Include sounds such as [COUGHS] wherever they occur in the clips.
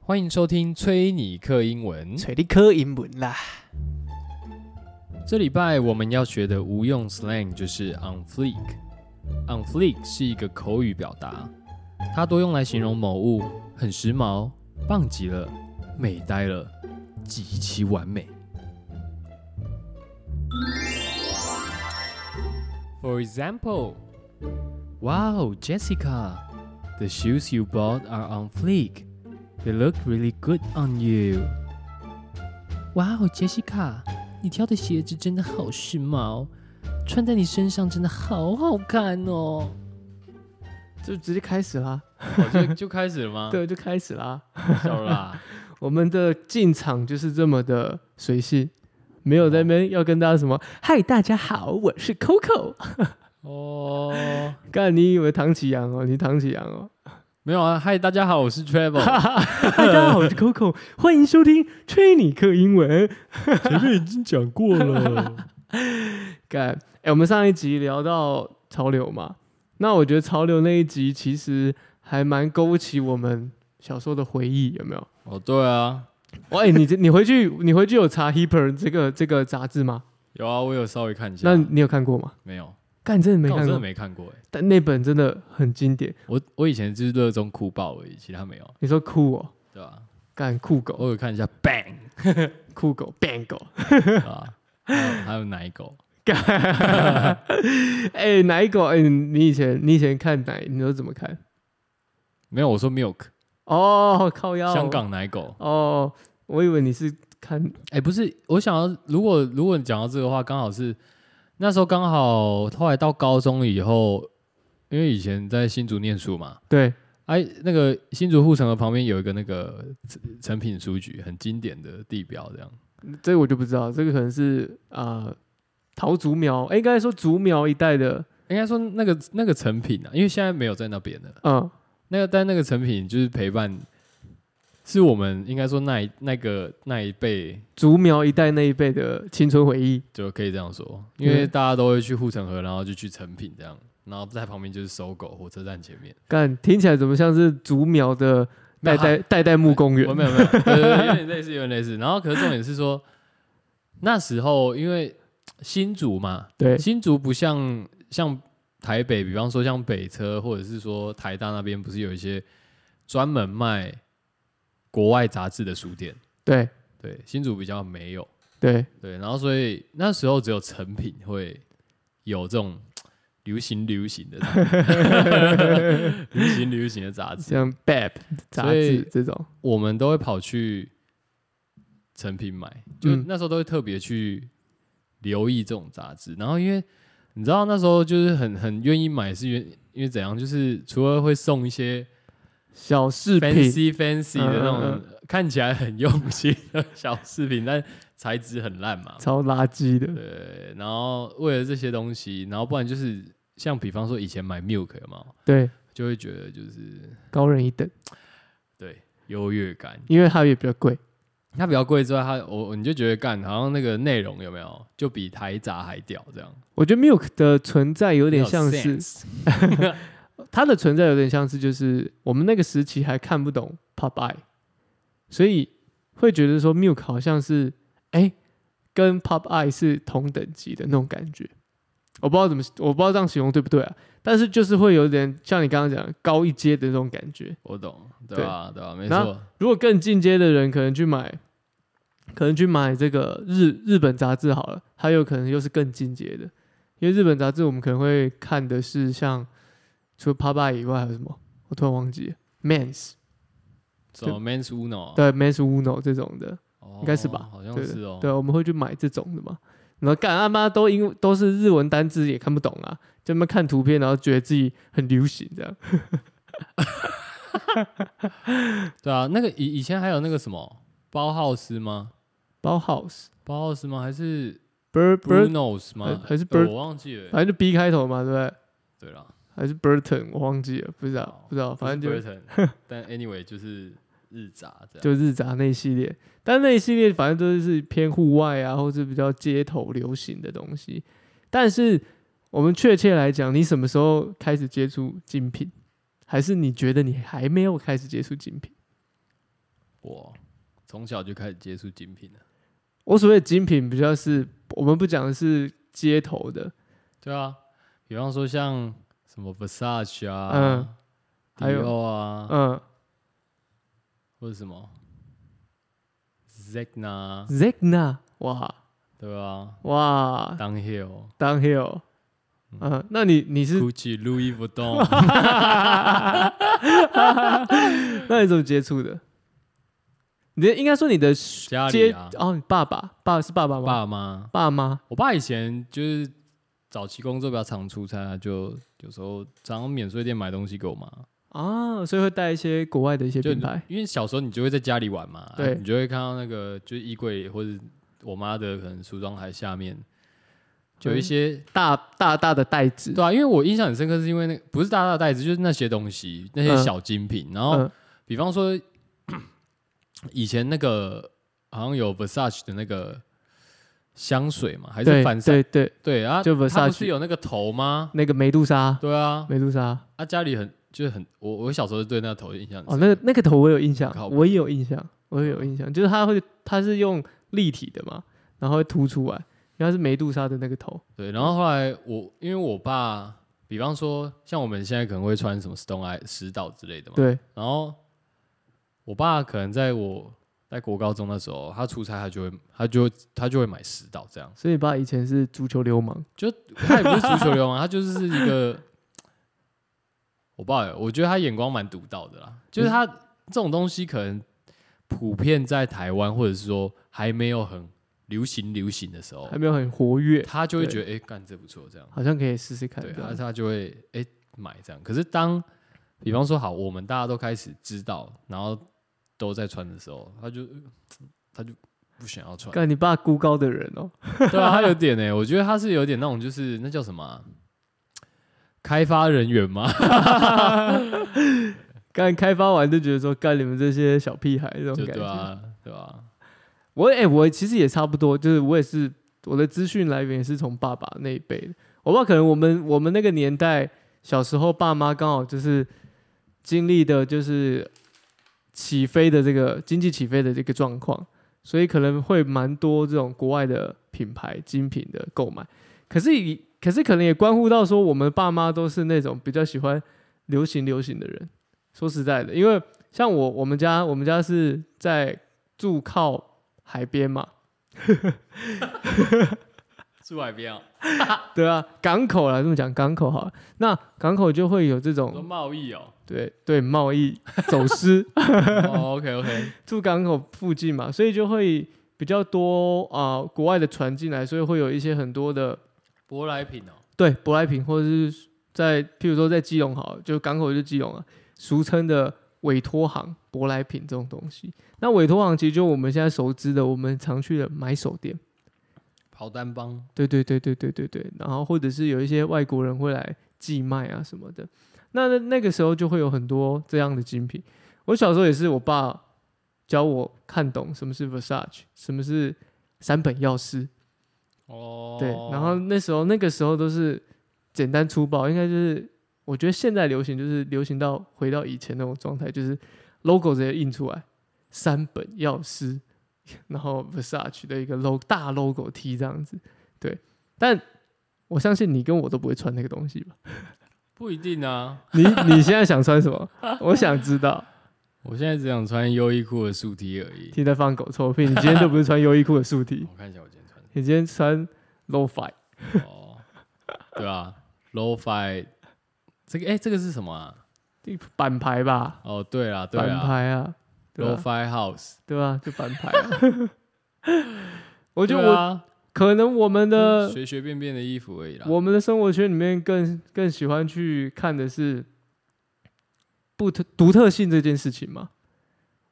欢迎收听崔尼克英文。找你考英文啦。这礼拜我们要学的无用 slang 就是 on fleek。on fleek 是一个口语表达，它多用来形容某物很时髦、棒极了、美呆了、极其完美。For example, Wow, Jessica, the shoes you bought are on fleek. They look really good on you. 哇哦，杰西卡，你挑的鞋子真的好时髦，穿在你身上真的好好看哦。就直接开始啦，哦、就就开始了 [LAUGHS] 吗？，对，就开始啦。笑了啦。 [LAUGHS] 我们的进场就是这么的随性，没有在那边要跟大家什么“嗨，大家好，我是 Coco”。 [LAUGHS] 哦，干，你以为唐启阳哦？你唐启阳哦？ [LAUGHS] 没有啊，嗨，大家好，我是 [LAUGHS] Travel。嗨，大家好，我是 Coco，欢迎收听《吹你课英文》。 [LAUGHS] 前面已经讲过了。 [LAUGHS] 干，哎、我们上一集聊到潮流嘛，那我觉得潮流那一集其实还蛮勾起我们小时候的回忆，有没有？哦，对啊，喂、你你回去你回去有查《Hipper》[LAUGHS] 这个这个杂志吗？有啊，我有稍微看一下。那你有看过吗？没有，干，你真的没但我看真的过，没看过哎。但那本真的很经典。我我以前就是热衷酷爆而已，其他没有，你说酷哦，对吧？干酷狗，偶尔看一下 [LAUGHS] Bang，酷狗，bang 狗，对吧？还有还有奶狗， [LAUGHS] 干，哎、奶狗，哎、你以前你以前看奶，你都怎么看？没有，我说 Milk，哦，靠腰，香，港奶狗。哦，我以为你是看哎、不是，我想要，如果如果你讲到这个话，刚好是那时候刚好后来到高中以后，因为以前在新竹念书嘛，对，哎、那个新竹护城河旁边有一个那个成成品书局，很经典的地标，这样。这个我就不知道，这个可能是啊、呃桃竹苗，哎、应该说竹苗一带的，应该说那个那个成品啊，因为现在没有在那边了。嗯，那个但那个成品就是陪伴，是我们应该说那一那个那一辈竹苗一带那一辈的青春回忆，就可以这样说，因为嗯大家都会去护城河，然后就去成品这样，然后在旁边就是搜狗火车站前面。干，听起来怎么像是竹苗的代代代代木公园我？没有没有，对对对，有点类似，有点类似。然后可是重点是说，那时候因为新竹嘛，对，新竹不像像台北，比方说像北车或者是说台大那边，不是有一些专门卖国外杂志的书店？对对，新竹比较没有。对，对，然后所以那时候只有成品会有这种流行流行的杂志 [LAUGHS] 流行流行的杂志，像 Bab 杂所以志这种，我们都会跑去成品买，就嗯那时候都会特别去留意这种杂志。然后因为你知道那时候就是很很愿意买，是因为因为怎样，就是除了会送一些小饰品， fancy fancy 的那嗯嗯种看起来很用心的小饰品，但材质很烂 [LAUGHS] 嘛。超垃圾的。对，然后为了这些东西，然后不然就是像比方说以前买 milk 有没有，对，就会觉得就是高人一等，对优越感，因为它也比较贵。它比较贵之外，它我你就觉得干好像那个内容有没有就比台杂还屌这样，我觉得 Milk 的存在有点像很有是 sense [LAUGHS] 它的存在有点像是就是我们那个时期还看不懂 Popeye，所以会觉得说 Milk 好像是哎、跟 Popeye 是同等级的那种感觉。我不知道怎么，我不知道这样形容对不对啊？但是就是会有点像你刚刚讲的高一阶的那种感觉。我懂，对吧？对吧？没然错，如果更进阶的人，可能去买，可能去买这个日日本杂志好了，还有可能又是更进阶的，因为日本杂志我们可能会看的是像除了 p a p a 以外还有什么，我突然忘记了 Men's 什么 Men's Uno 啊对 Men's Uno 这种的，哦应该是吧好像对是哦，对，我们会去买这种的嘛。然后干他妈都因为都是日文单字也看不懂啊，就那么看图片，然后觉得自己很流行这样。对啊，那个以以前还有那个什么包浩斯吗？ Bauhaus、包浩斯吗？还是 Bur Bur Bruno's 吗？还还是对 Bur- 我忘记了。反正就 B 开头嘛，对不对？对了，还是 Burton，我忘记了，不知道哦不知道，不是反正就 Burton，但 [LAUGHS] anyway 就是日杂这样。就日杂那一系列，但那一系列反正都是偏户外啊，或是比较街头流行的东西。但是我们确切来讲，你什么时候开始接触精品？还是你觉得你还没有开始接触精品？我从小就开始接触精品了。我所谓的精品比较是，我们不讲的是街头的，对啊，比方说像什么 Versace 啊，嗯，还迪有奥啊，嗯或者什么 Zegna，啊，Zegna，哇对 [LAUGHS] 吧哇？Downhill、 ，Downhill，嗯，那你你是 Gucci、Louis [LAUGHS] Vuitton，那你怎么接触的？你的应该说你的家里接、啊哦，你爸爸，爸是爸爸吗？爸妈。爸妈，我爸以前就是早期工作比较常出差啊，就有时候常常免税店买东西给我妈。啊，所以会带一些国外的一些就品牌，因为小时候你就会在家里玩嘛，啊对你就会看到那个就是衣柜或者我妈的可能梳妆台下面就有一些、大大大的袋子，对啊，因为我印象很深刻，是因为那个不是大大的袋子，就是那些东西，那些嗯小精品。然后嗯比方说 [CLEARS THROAT] 以前那个好像有 Versace 的那个香水嘛，还是对凡士对对，对啊，就它不 Versace 是有那个头吗？那个梅杜莎，对啊，梅杜莎，啊家里很就是很我我小时候对那个头印象很哦，深那个那个头我有印象靠，我也有印象，我也有印象，就是它会，它是用立体的嘛，然后会凸出来，因为它是梅杜莎的那个头，对，然后后来我因为我爸，比方说像我们现在可能会穿什么 Stone Eye 石岛之类的嘛，对，然后我爸可能在我在国高中的时候，他出差他就会他就会他就会买石岛这样，所以你爸以前是足球流氓，就他也不是足球流氓，他就是一个，我爸欸有我觉得他眼光蛮独到的啦，就是他这种东西可能普遍在台湾或者是说还没有很流行流行的时候还，没有很活跃，他就会对觉得哎干、这不错这样。好像可以试试看，对，这样啊，他就会哎、诶买这样。可是当比方说好，我们大家都开始知道，然后都在穿的时候，他就呃他就不想要穿，干你爸孤高的人哦， [LAUGHS] 对啊，他有点哎、我觉得他是有点那种就是那叫什么啊、开发人员吗？干开发完就觉得说干你们这些小屁孩这种就感对觉，啊，对啊，我哎、我其实也差不多，就是我也是我的资讯来源也是从爸爸那一辈的。我不知道，可能我们我们那个年代小时候，爸妈刚好就是经历的就是起飞的这个经济起飞的这个状况，所以可能会蛮多这种国外的品牌精品的购买。可是以可是可能也关乎到说，我们爸妈都是那种比较喜欢流行流行的人。说实在的，因为像我我们家我们家是在住靠海边嘛，住海边啊，对啊，港口啦，这么讲港口好了。那港口就会有这说种贸易哦。对对贸易走私， [LAUGHS] 哦，OK OK，住港口附近嘛，所以就会比较多啊、呃国外的船进来，所以会有一些很多的舶来品哦。对舶来品，或者是在譬如说在基隆好了，就港口就基隆啊，俗称的委托行舶来品这种东西。那委托行其实就我们现在熟知的，我们常去的买手店。跑单帮，对对对对对对对，然后或者是有一些外国人会来寄卖啊什么的，那那那个时候就会有很多这样的精品。我小时候也是我爸教我看懂什么是 Versace，什么是三本药师，哦，对，然后那时候那个时候都是简单粗暴，应该就是我觉得现在流行就是流行到回到以前那种状态，就是 logo 直接印出来，三本药师，然后 Versace 的一个 logo 大 logo T 这样子，对，但我相信你跟我都不会穿那个东西吧？不一定啊。 [LAUGHS] 你你现在想穿什么？我想知道。我现在只想穿优衣库的素 T 而已。听在放狗臭屁，你今天都不是穿优衣库的素 T，我哦看一下我今天穿什么。你今天穿 lofi，哦，对啊，lofi 这个哎、这个是什么啊？板牌吧？哦，对啦，对板啦牌啊，对吧？ ，lofi house。对吧、就板牌、啊。 [LAUGHS] 我觉得对我、啊可能我们就是的随随便便的衣服而已啦。我们的生活圈里面更更喜欢去看的是不特独特性这件事情嘛。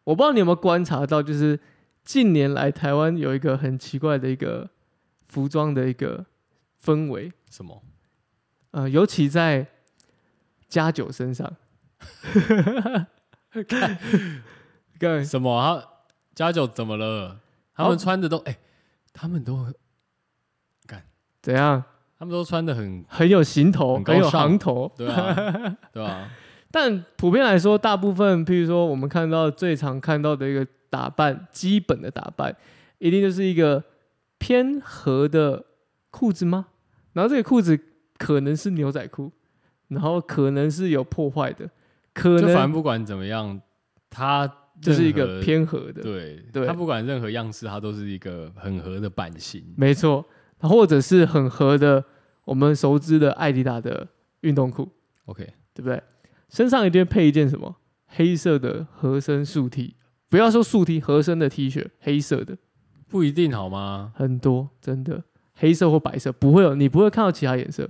我不知道你有没有观察到，就是近年来台湾有一个很奇怪的一个服装的一个氛围，什么？呃，尤其在家酒身上。 [LAUGHS] [LAUGHS] 看，什么？他家酒怎么了？他们穿的都哎、他们都怎样？他们都穿的很很有行很头，很高有尚行头。对啊，对啊，但普遍来说，大部分，譬如说我们看到最常看到的一个打扮，基本的打扮，一定就是一个偏合的裤子吗？然后这个裤子可能是牛仔裤，然后可能是有破坏的，可就反正能不管怎么样，他就是一任个何偏合的，对对他不管任何样式，他都是一个很合的版型。没错，或者是很合的我们熟知的艾迪达的运动裤， OK，对不对？身上一定会配一件什么黑色的合身素 T，不要说素 T，合身的 T 恤，黑色的不一定好吗？很多，真的黑色或白色不会有，你不会看到其他颜色。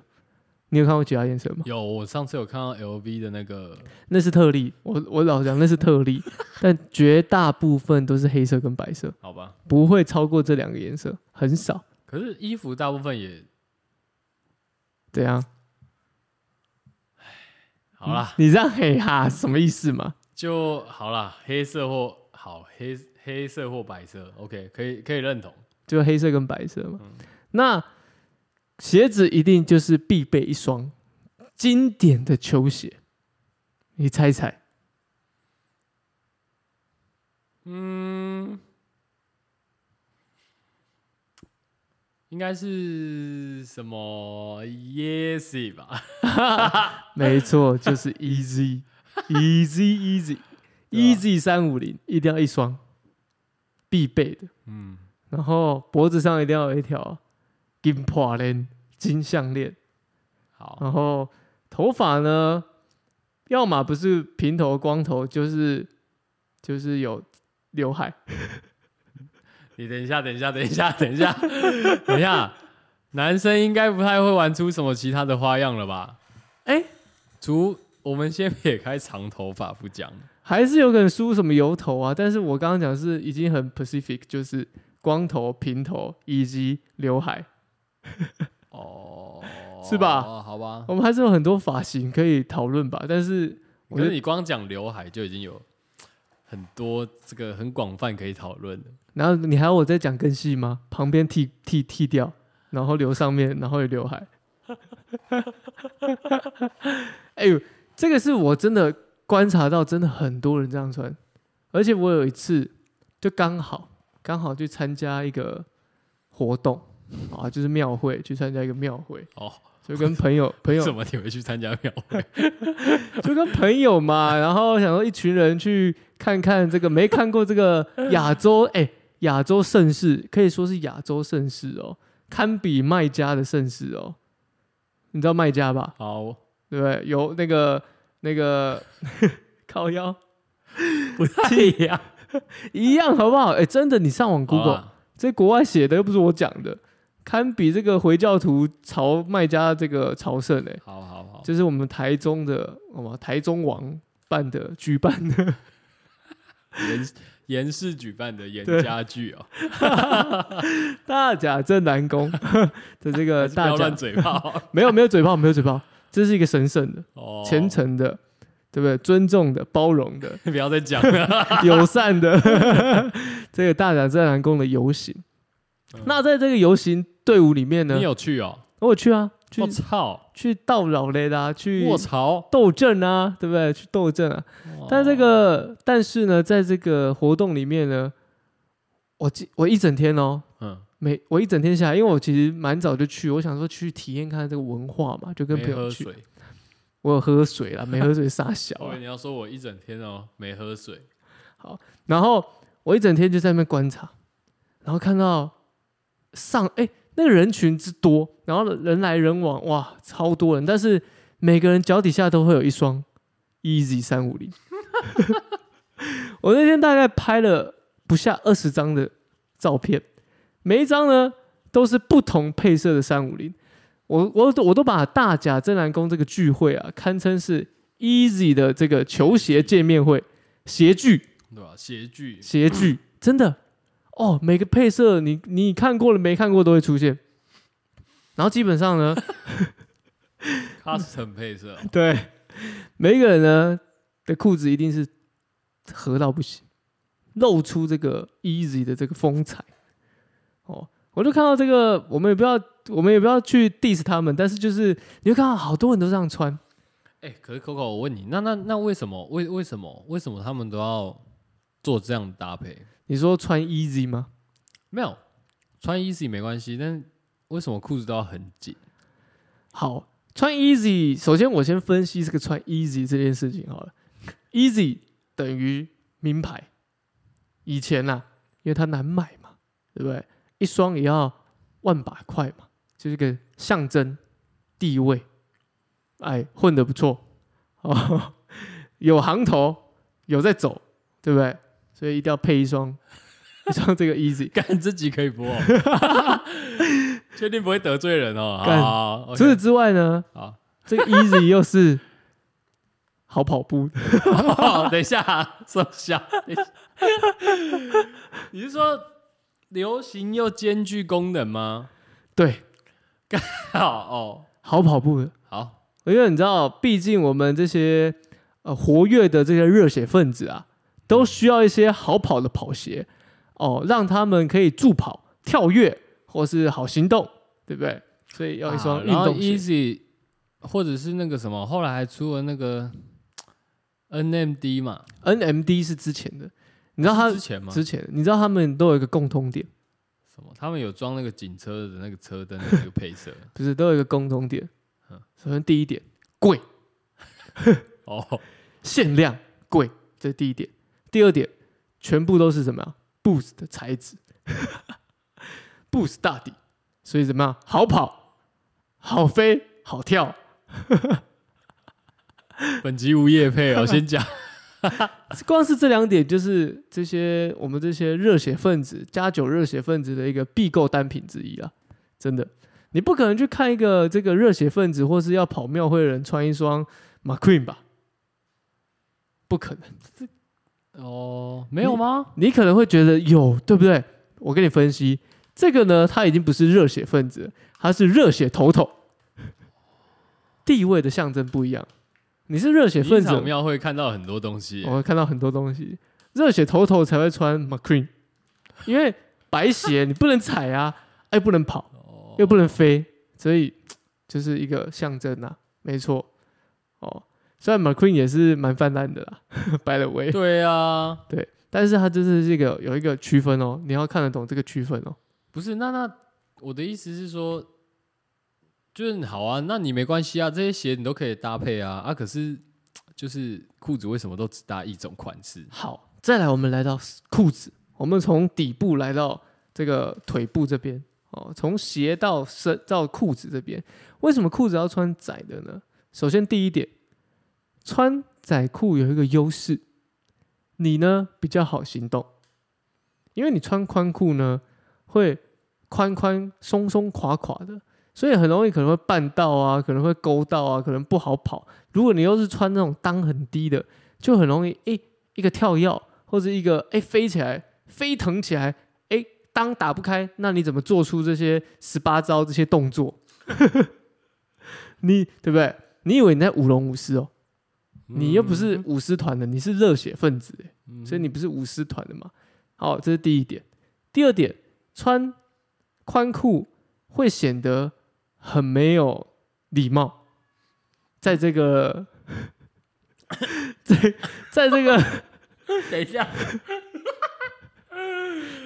你有看过其他颜色吗？有，我上次有看到 LV 的那个，那是特例，我我老实讲那是特例， [LAUGHS] 但绝大部分都是黑色跟白色，好吧？不会超过这两个颜色，很少。可是衣服大部分也怎样？好啦，你这样嘿哈什么意思嘛？就好啦，黑色或好黑黑色或白色，OK，可以可以认同。就黑色跟白色嘛。嗯那鞋子一定就是必备一双经典的球鞋，你猜一猜？嗯，应该是什么 Yeezy 吧？ [LAUGHS] 没错，就是 Easy Easy Easy [LAUGHS] 对啊 Easy 三五零，一定要一双必备的。嗯，然后脖子上一定要有一条金破链、金项链，好，然后头发呢，要么不是平头光头，就是就是有刘海。你等一下，等一下，等一下，等一下，等一下，男生应该不太会玩出什么其他的花样了吧？哎、除我们先撇开长头发不讲，还是有可能梳什么油头啊，但是我刚刚讲是已经很 Pacific，就是光头、平头以及刘海，哦，是吧哦好吧，我们还是有很多发型可以讨论吧。但是我可觉是得你光讲刘海就已经有很多这个很广泛可以讨论了。然后你还要我再讲更细吗？旁边剃剃剃掉，然后留上面，然后有刘海。 [LAUGHS] 哎呦，这个是我真的观察到，真的很多人这样穿。而且我有一次就刚好刚好去参加一个活动啊，就是庙会，去参加一个庙会，哦，就跟朋友朋为友什么你会去参加庙会？就跟朋友嘛，然后想说一群人去看看这个没看过这个亚洲，哎、亚洲盛世可以说是亚洲盛世哦，堪比卖家的盛世哦。你知道卖家吧？好，对不对？有那个那个 [LAUGHS] 靠腰 [LAUGHS] 不太一样。一样好不好？哎、真的，你上网啊 Google，这国外写的又不是我讲的，堪比这个回教徒朝卖家这个朝圣哎、好好好，这是我们台中的，我们台中王办的举办的。 [LAUGHS] 严严氏举办的严对家剧哦， [LAUGHS] 大甲镇 [LAUGHS] 南宫的这还个是不要呃大乱甲，嘴 [LAUGHS] 炮没有没有嘴炮，没有嘴炮，这是一个神圣的、哦，虔诚的，对不对？尊重的、包容的 [LAUGHS] 、不要再讲 [LAUGHS] 了。友善的， [LAUGHS] 这个大甲镇南宫的游行。嗯那在这个游行队伍里面呢你，有去哦？我去啊，去我操！去到老嘞啦，去卧槽！哦斗阵啊，对不对？去斗阵啊。但这个，但是呢，在这个活动里面呢，我记我一整天哦，嗯，每我一整天下来，因为我其实蛮早就去，我想说去体验看看这个文化嘛，就跟没朋友喝去。啊水。我有喝水啦，没喝水 [LAUGHS] 傻小我以啊为。你要说我一整天哦没喝水，然后我一整天就在那边观察，然后看到上哎、那个人群之多，然后人来人往，哇，超多人，但是每个人脚底下都会有一双 Easy 三五零。 [LAUGHS] 我那天大概拍了不下二十张的照片，每一张呢都是不同配色的三五零。我我我都把大甲真南宫这个聚会啊，堪称是 Easy 的这个球鞋见面会鞋聚，对吧？谐剧鞋具，真的哦，每个配色你你看过了没看过都会出现。然后基本上呢， custom 配色哦，对每一个人呢的裤子一定是合到不行，露出这个 easy 的这个风采。哦，我就看到这个，我们也不要，我们也不要去 diss 他们，但是就是你会看到好多人都这样穿，哎、可是 Coco，我问你，那那那为什么为为什么为什么他们都要做这样的搭配。你说穿 easy 吗？没有穿 easy 没关系，但为什么裤子都要很紧？好，穿 easy，首先我先分析这个穿 easy 这件事情好了。easy 等于名牌，以前呐、因为它难买嘛，对不对？一双也要万把块嘛，就是个象征地位，哎，混得不错 [LAUGHS] 哦，有行头，有在走，对不对？所以一定要配一双 [LAUGHS] 一双这个 easy。干这集可以播、哦， [LAUGHS] 确定不会得罪人哦。干 [LAUGHS] 好，好除此之外呢，好 [LAUGHS] 这个 easy 又是好跑步的， OK 好，等一下，收下。等一下你是说流行又兼具功能吗？对，好哦，好跑步的。好，因为你知道，毕竟我们这些呃活跃的这些热血分子啊，都需要一些好跑的跑鞋哦，让他们可以助跑、跳跃或是好行动，对不对？所以要一双啊运然后动鞋。 Easy，或者是那个什么，后来还出了那个 NMD 嘛， NMD 是之前的，你知道他是之前吗？啊之前，你知道他们都有一个共通点，什么？他们有装那个警车的那个车灯的那个配色不是都有一个共通点嗯。首先第一点，贵。哦，限量贵，这是第一点。第二点，全部都是什么呀？Boost 的材质 [LAUGHS] ，Boost 大底，所以怎么样？好跑，好飞，好跳，本集无业配哦，先 [LAUGHS] 讲光是这两点就是这些我们这些热血分子加九热血分子的一个必购单品之一啊！真的，你不可能去看一个这个热血分子或是要跑庙会的人穿一双 McQueen 吧？不可能。哦，没有吗？你可能会觉得有，对不对？我跟你分析，这个呢，他已经不是热血分子了，他是热血头头，地位的象征不一样。你是热血你一分子，哦场庙会看到很多东西我，会看到很多东西。热血头头才会穿 McQueen，因为白鞋 [LAUGHS] 你不能踩啊，哎，不能跑，哦又不能飞，所以就是一个象征啊，没错。哦，虽然 McQueen 也是蛮泛滥的啦 [LAUGHS] ，by the way。对啊，对，但是它就是这个有一个区分哦，你要看得懂这个区分哦。不是，那那我的意思是说，就是好啊，那你没关系啊，这些鞋你都可以搭配啊啊，可是就是裤子为什么都只搭一种款式？好，再来我们来到裤子，我们从底部来到这个腿部这边哦，从鞋到身到裤子这边，为什么裤子要穿窄的呢？首先第一点，穿窄裤有一个优势，你呢比较好行动，因为你穿宽裤呢会宽宽松松垮垮的。所以很容易可能会绊到啊，可能会勾到啊，可能不好跑。如果你又是穿那种裆很低的，就很容易诶一个跳跃，或者一个哎飞起来、飞腾起来，哎裆打不开，那你怎么做出这些十八招这些动作？ [LAUGHS] 你对不对？你以为你在舞龙舞狮哦？你又不是舞狮团的，你是热血分子哎，嗯，所以你不是舞狮团的嘛？好，这是第一点。第二点，穿宽裤会显得很没有礼貌，在这个， [LAUGHS] 在在这个。 [LAUGHS] 等一下，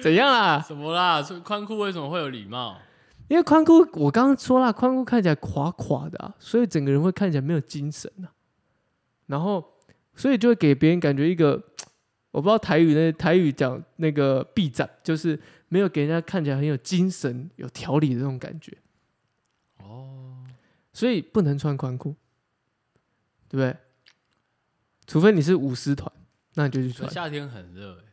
怎样啦？什么啦？所以宽裤为什么会有礼貌？因为宽裤，我刚刚说啦，宽裤看起来垮垮的、啊，所以整个人会看起来没有精神啊。然后，所以就会给别人感觉一个，我不知道台语那台语讲那个臂展，就是没有给人家看起来很有精神、有条理的那种感觉。哦，所以不能穿宽裤，对不对？除非你是舞狮团，那你就去所穿以。夏天很热、欸，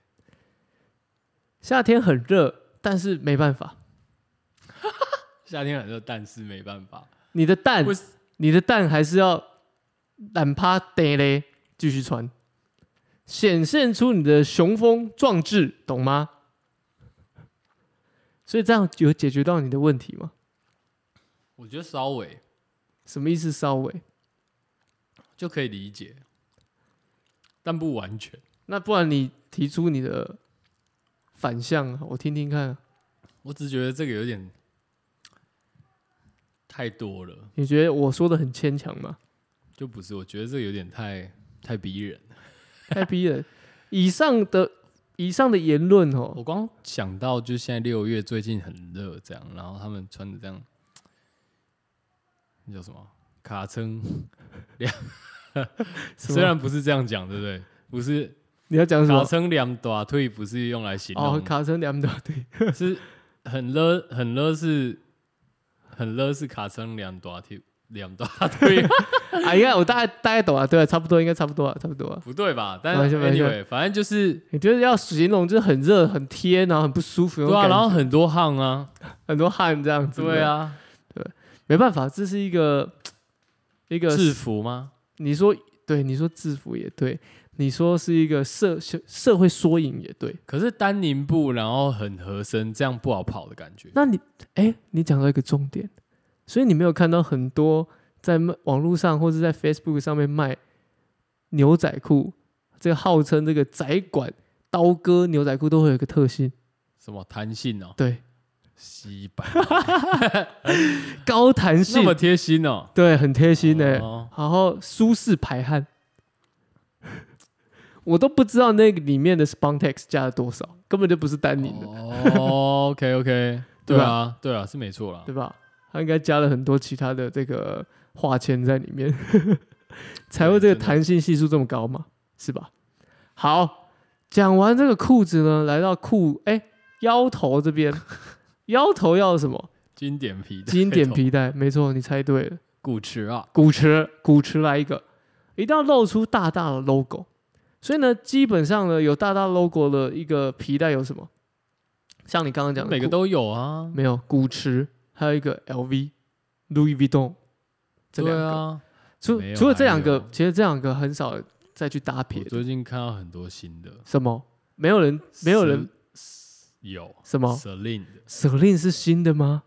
夏天很热，但是没办法，夏天很热，但是没办法，你的蛋为什，你的蛋还是要懒趴得嘞，继续穿，显现出你的雄风壮志，懂吗？所以这样有解决到你的问题吗？我觉得稍微什么意思？稍微，就可以理解，但不完全。那不然你提出你的反向啊，我听听看啊，我只觉得这个有点太多了，你觉得我说的很牵强吗？就不是，我觉得这个有点太太逼人了。太逼人！以上的以上的言论哦，我光想到就是现在六月最近很热，这样，然后他们穿的这样，那叫什么卡称两，什么 [LAUGHS] 虽然不是这样讲，对不对？不是你要讲什卡么？称两大腿不是用来形哦，容，卡森两大对，是很勒很勒是很勒是卡称两大腿两大腿啊，应该我大概大概懂啊，对啊，差不多，应该差不多啊，差不多啊。不对吧？但没关系没关系 anyway，反正就是你就是要形容，就是很热、很贴，然后很不舒服那对种啊，感觉，然后很多汗啊，很多汗这样子。对，啊，没办法，这是一个一个制服吗？你说对，你说制服也对，你说是一个社社社会缩影也对。可是丹宁布，然后很合身，这样不好跑的感觉。那你哎，你讲到一个重点，所以你没有看到很多在卖网络上或者在 Facebook 上面卖牛仔裤，这个号称这个窄管刀割牛仔裤都会有一个特性，什么弹性哦，对，吸 [LAUGHS] 板高弹那性么，贴心哦，对，很贴心欸呢、哦然后舒适排汗。 [LAUGHS] 我都不知道那个里面的 Spontex 加了多少，根本就不是丹宁的。哦，OK OK， [LAUGHS] 对对啊，对啊，是没错啦对。吧？他应该加了很多其他的这个化纤在里面， [LAUGHS] 才会这个真的弹性系数这么高嘛，是吧？好，讲完这个裤子呢，来到裤哎、腰头这边， [LAUGHS] 腰头要什么？经典皮，经典，皮带， [LAUGHS] 没错，你猜对了， [LAUGHS] 古驰啊，鼓池，鼓池来一个，一定要露出大大的 logo。所以呢，基本上呢，有大大 logo 的一个皮带有什么？像你刚刚讲的每个裤都有啊，没有古驰，还有一个 LV、Louis Vuitton 这两对个。啊。除没有除了这还两个有，啊其实这两个很少再去搭我配最近看到很多新的，什么？没有人，没有人有什么 Celine 的， ？Celine 是新的吗？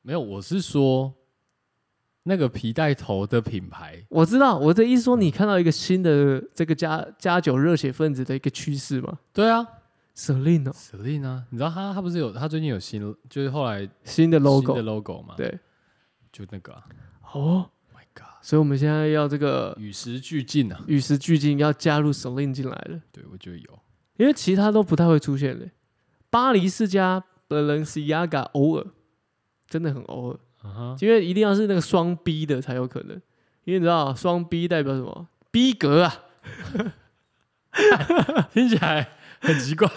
没有，我是说那个皮带头的品牌，我知道，我的意思嗯说，你看到一个新的这个加加九热血分子的一个趋势吗对啊？Celine 哦， ，Celine 啊，你知道他他不是有他最近有新，就是后来新的新 logo，的 logo 嘛，对，就那个啊哦， ，My God，所以我们现在要这个与时俱进啊，与时俱进，要加入 Celine 进来了，对我觉得有。因为其他都不太会出现的。巴黎世家、Balenciaga 偶尔，真的很偶尔。嗯哼，因为一定要是那个双 B 的才有可能，因为你知道啊双 B 代表什么？逼格啊， [LAUGHS] 听起来很奇怪，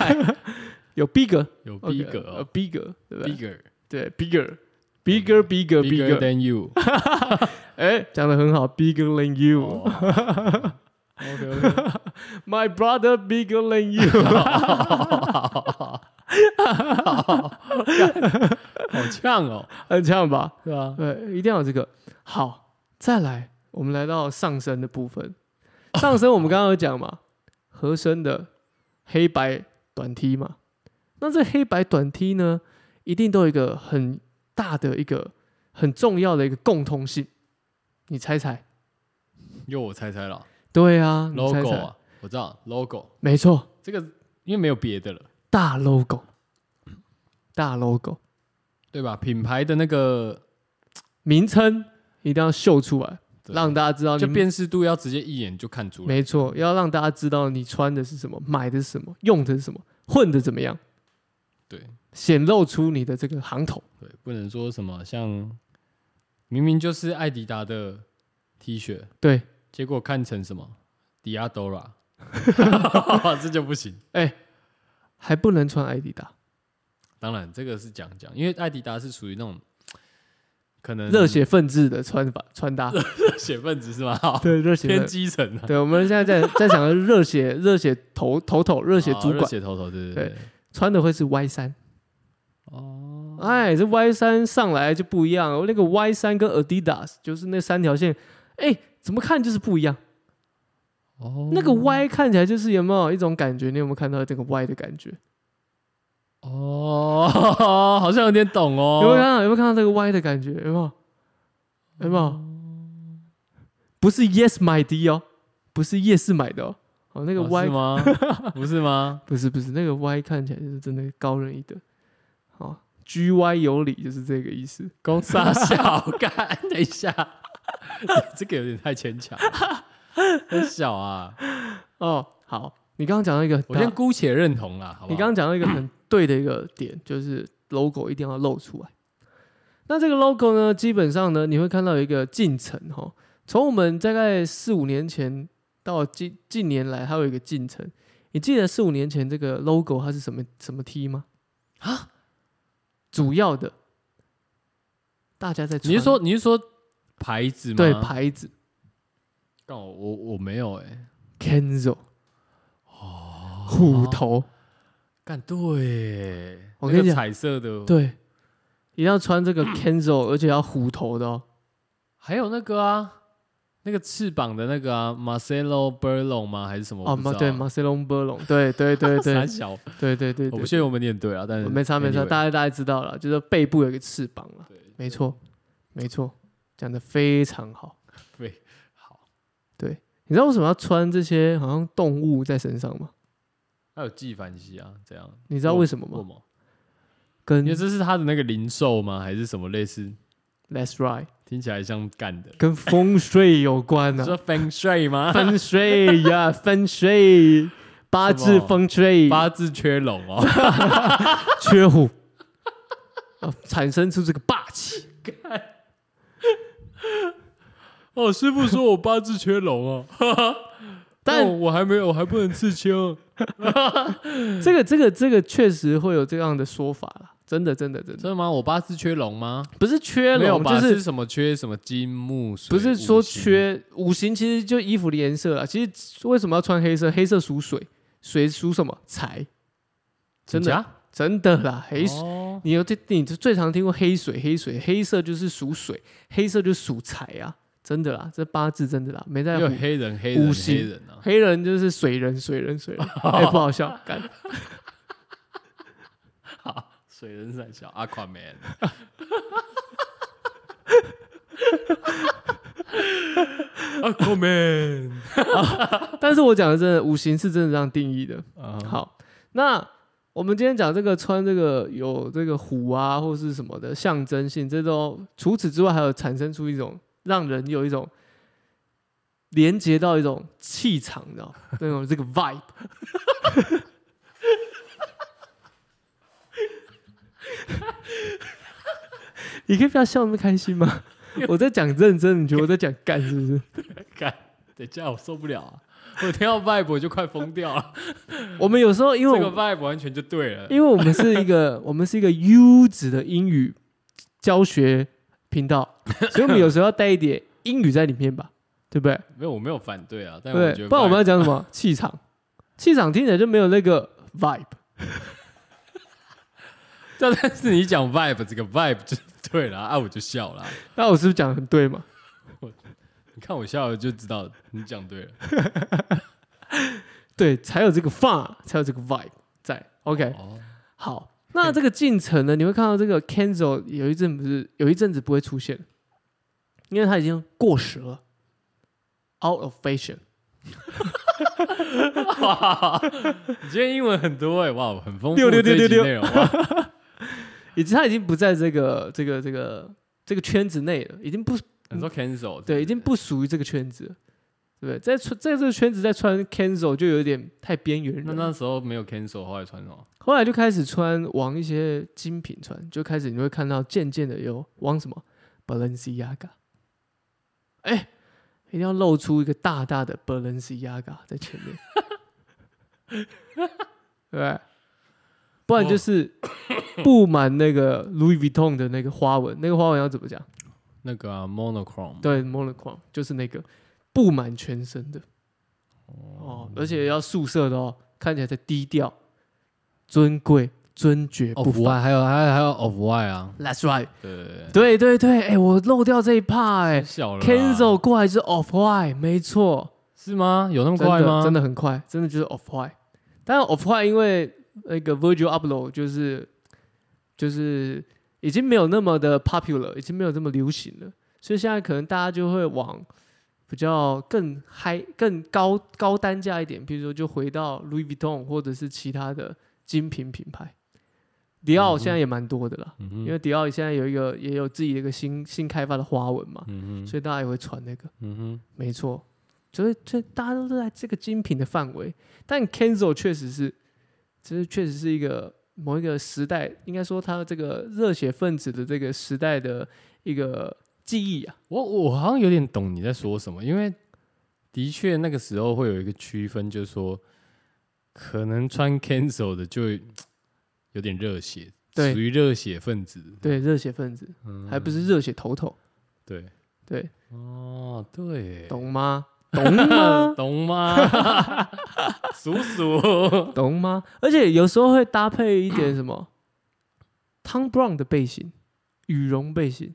有逼格， [LAUGHS] 有逼格 OK，呃哦逼格，对不对？ ，bigger 对，bigger，bigger，bigger，bigger， bigger than you。哎，讲的很好，bigger than 哦 you，my OK OK， brother bigger than [LAUGHS] you，好呛哦，很强呃吧？对吧？对，一定要有这个。好，再来，我们来到上身的部分。上身我们刚刚有讲嘛，合身的黑白短 T 嘛。那这黑白短 T 呢，一定都有一个很大的一个很重要的一个共通性。你猜猜？又我猜猜了对啊你猜，logo 猜啊，我知道 logo 没错，这个，因为没有别的了，大 logo，大 logo 对吧？品牌的那个名称一定要秀出来，对让大家知道你就辨识度要直接一眼就看出来，哦没错，要让大家知道你穿的是什么，买的是什么，用的是什么，混的怎么样，对显露出你的这个行头。对，不能说什么像明明就是艾迪达的 T 恤，对，结果看成什么 [LAUGHS] Diadora，这就不行。还不能穿艾迪达，当然，这个是讲讲，因为艾迪达是属于那种可能热血分子的穿法 [LAUGHS] 穿搭。热血分子是吗？好对，热血偏分子。基层啊，对，我们现在在在想的热血热血头头头热血主哦热管血头头，对对对。穿的会是 Y 三。哦，哎，这 Y 三上来就不一样了，那个 Y 三跟 Adidas 就是那三条线，哎，怎么看就是不一样。哦那个 Y 看起来就是有没有一种感觉？你有没有看到这个 Y 的感觉？哦， [LAUGHS] 好像有点懂哦。有没有看到？有没有看到这个 Y 的感觉？有没有？有没有？不是 Yes 买的哦，不是夜市买的哦。哦，那个哦 Y、是吗？ [LAUGHS] 不是吗？不是不是那个 Y 看起来就是真的高人一等。哦，GY 有理就是这个意思。公傻小干，等一下， [LAUGHS] 这个有点太牵强了。很小啊，哦，好，你刚刚讲到一个很我先大，姑且认同啦，好不好？你刚刚讲到一个很对的一个点，就是 logo 一定要露出来。那这个 logo 呢，基本上呢，你会看到有一个进程哈、哦，从我们大概四五年前到近近年来，它有一个进程。你记得四五年前这个 logo 它是什么什么 T 吗？啊，主要的，大家在你是传说你是说牌子吗？对牌子干我我我没有哎、欸， Kenzo 哦，虎头干对欸，我那跟个你讲彩色的，，对，一定要穿这个 Kenzo，而且要虎头的哦。还有那个啊，那个翅膀的那个啊，Marcelo Berlon 吗？还是什么？哦，我不马知道啊对 Marcelo Berlon，对 [LAUGHS] 对对傻对小，对对对我不对，确定我们念对啊，但是没差没差， anyway 大家大家知道了，就是背部有一个翅膀了，没错没错，讲的非常好。对，好，你知道为什么要穿这些好像动物在身上吗？还有纪梵希啊，这样你知道为什么为什吗？么？跟因为这是他的那个零售吗？还是什么类似？ Let's Ride 听起来像干的。跟风水有关你呢、 [LAUGHS] [LAUGHS] 说 Feng Shui 吗？风水呀，风水，八字风水，八字缺龙 [LAUGHS] 哦，缺虎，啊，产生出这个霸气。哦，师傅说我八字缺龙哦， [LAUGHS] 但哦我还没有，我还不能刺青。这个这个这个确实会有这样的说法啦，真的真的真的真的吗？我八字缺龙吗？不是缺没有龙，吧？就是是什么缺什么金木水？不是说五行？缺五行，其实就衣服的颜色啦。啊其实为什么要穿黑色？黑色属水，水属什么？财，真的假真的啦，黑水。哦你有这你就最常听过黑水，黑水，黑色就是属水，黑色就是属财啊，真的啦，这八字真的啦，没在没有胡黑人，黑人，五黑行人啊！黑人就是水人，水人，水人，哎、不好笑，干水人三小，Aquaman。Aquaman 但是我讲的真的，五行是真的这样定义的。啊好，那我们今天讲这个穿这个有这个虎啊或是什么的象征性，这都除此之外还有产生出一种让人有一种连接到一种气场，你知道吗那种这个 vibe。你可以不要笑那么开心 [LAUGHS] 吗？我在讲认真，你觉得我在讲干是不是？干，等一下我受不了啊！我听到 vibe 我就快疯掉了，我们有时候因这为我个 vibe 完全就对了。 [LAUGHS] 因为我们是 [LAUGHS] 一个我们是一个优质的英语教学 [LAUGHS] 频道，所以我们有时候要带一点英语在里面吧，对不对？没有，我没有反对啊，但我对觉得，不然我们 vibe- 要讲什么气场？气场听起来就没有那个 vibe。但 [LAUGHS] 但是你讲 vibe 这个 vibe 就对了啊，啊我就笑了啊。那我是不是讲的很对嘛？你看我笑了就知道你讲对了。对，才有这个 fun，才有这个 vibe 在。OK，哦，好，那这个进程呢，你会看到这个 Kenzo 有一阵不是有一阵子不会出现，因为它已经过时了，out of fashion。你今天英文很多哎，哇，很丰富。六六六这一集六六内容啊哇以及他已经不在这个这个这个这个圈子内了，已经不你说 cancel 对，已经不属于这个圈子了，对不对？在穿在这个圈子再穿 Kenzo 就有点太边缘那人了。那时候没有 cancel，后来穿什么？后来就开始穿往一些精品穿，就开始你会看到渐渐的有往什么 Balenciaga，哎、一定要露出一个大大的 Balenciaga 在前面， [LAUGHS] 对不对？不然就是布满那个 Louis Vuitton 的那个花纹，那个花纹要怎么讲？那个啊，monochrome。对 m o n o c h r o m 就是那个布满全身的哦，而且要素色的哦，看起来才低调、尊贵、尊爵不 off 凡。 white 哦还有还有还有 off white 啊， That's right，对对对对对对，哎、我漏掉这一趴哎、小了啦 Kenzo 过来是 Off White，没错，是吗？有那么真快吗？的真的很快，真的就是 Off White。但是 Off White 因为那个 Virgil Abloh 就是就是已经没有那么的 popular，已经没有这么流行了，所以现在可能大家就会往比较更嗨、更高高单价一点，比如说就回到 Louis Vuitton 或者是其他的精品品牌。迪嗯奥哼现在也蛮多的啦，嗯哼，因为迪奥现在有一个也有自己的一个新新开发的花纹嘛，嗯哼，所以大家也会穿那个。嗯哼，没错，所以这大家都是在这个精品的范围。但 Kenzo 确实是，这是确实是一个某一个时代，应该说他这个热血分子的这个时代的一个记忆啊。我我好像有点懂你在说什么，因为的确那个时候会有一个区分，就是说可能穿 cancel 的就会有点热血，对属于热血分子，对，热血分子嗯还不是热血头头，对，对，哦，对，？懂吗？懂吗懂 [LAUGHS] 吗？叔叔，懂吗？而且有时候会搭配一点什么，Tom Brown 的背心，羽绒背心，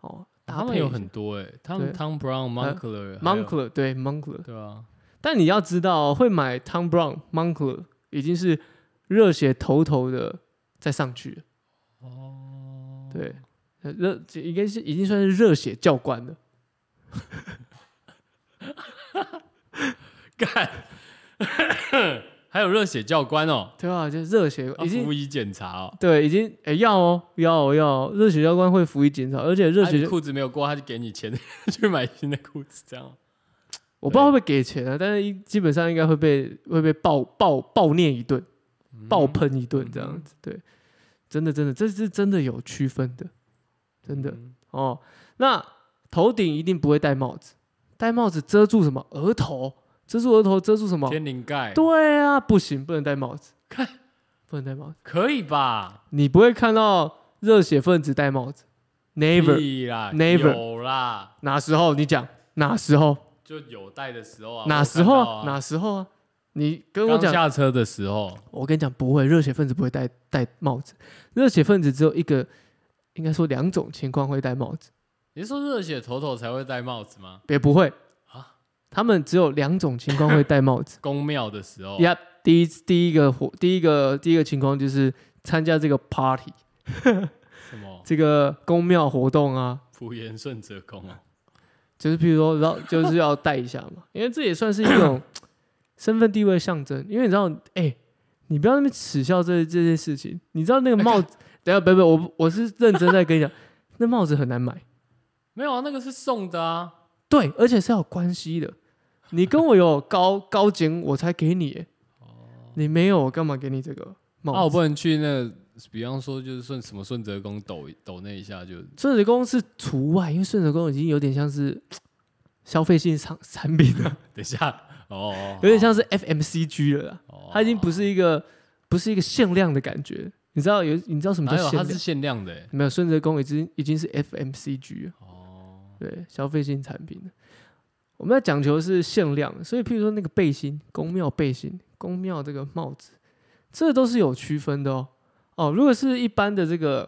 哦，搭他配们有一下很多哎、他们对呃 Tom Brown、Monkler、 Moncler 对 Moncler，对啊， [COUGHS] 但你要知道，会买 Tom Brown Moncler 已经是热血头头的再上去了，哦，对，呃热这应该是已经算是热血教官了。干，还有热血教官哦，对啊，就是热血要已经服仪检查哦，对，已经诶、要哦，要哦，要哦，热血教官会服役检查，而且热啊你血、裤子没有过，他就给你钱 [LAUGHS] 去买新的裤子，这样哦。我不知道会不会给钱啊，但是一基本上应该会被会被暴暴暴念一顿，嗯暴喷一顿这样子。对，真的真的，这是真的有区分的，真的嗯哦。那头顶一定不会戴帽子，戴帽子遮住什么？额头，遮住额头，遮住什么？天灵盖，对啊，不行，不能戴帽子，不能戴帽子。可以吧你不会看到热血分子戴帽子，never。屁啦 Never 有啦，哪时候？你讲哪时候？就有戴的时候啊，哪我时候看到啊？啊？哪时候啊？你跟我刚讲，下车的时候，我跟你讲不会，热血分子不会戴戴帽子，热血分子只有一个，应该说两种情况会戴帽子，你是说热血头头才会戴帽子吗？也不会啊。他们只有两种情况会戴帽子公庙的时候， Yep，第一第一个活第一个第一个情况就是参加这个 party，什么这个宫庙活动啊，福延顺则公哦，就是譬如说，然后 [COUGHS] 就是要戴一下嘛，因为这也算是一种身份地位象征。因为你知道，哎、你不要那么耻笑这这些事情。你知道那个帽子，等一下，不不，我我是认真在跟你讲， [LAUGHS] 那帽子很难买，没有啊，那个是送的啊，对，而且是要有关系的。你跟我有高高景，我才给你、哎你没有，我干嘛给你这个啊，帽我子？不能去那个，比方说就是顺什么顺泽公抖抖那一下就顺子宫是除外，因为顺子宫已经有点像是消费性产产品了，等一下哦，哦有点像是 FMCG 了啦。哦它已经不是一个不是一个限量的感觉。你知道有你知道什么哪叫有哎限它量是？限量的欸没有，顺泽宫已经已经是 FMCG 了，哦，对，消费性产品了。我们要讲求是限量，所以譬如说那个背心，宫庙背心，宫庙这个帽子，这都是有区分的哦。哦，如果是一般的这个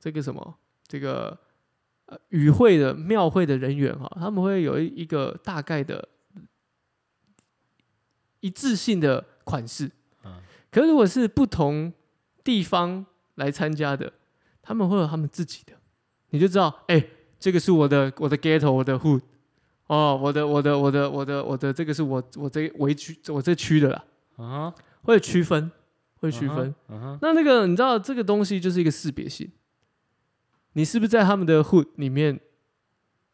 这个什么这个呃与会的庙会的人员哈、他们会有一一个大概的一致性的款式。嗯可是如果是不同地方来参加的，他们会有他们自己的，你就知道，哎、这个是我的我的 ghetto，我的 hood，哦，我的我的我的我的我的这个是我我这围区我这区的啦，啊，会区分，会区分。嗯哼，那那个你知道这个东西就是一个识别性，你是不是在他们的 hood 里面，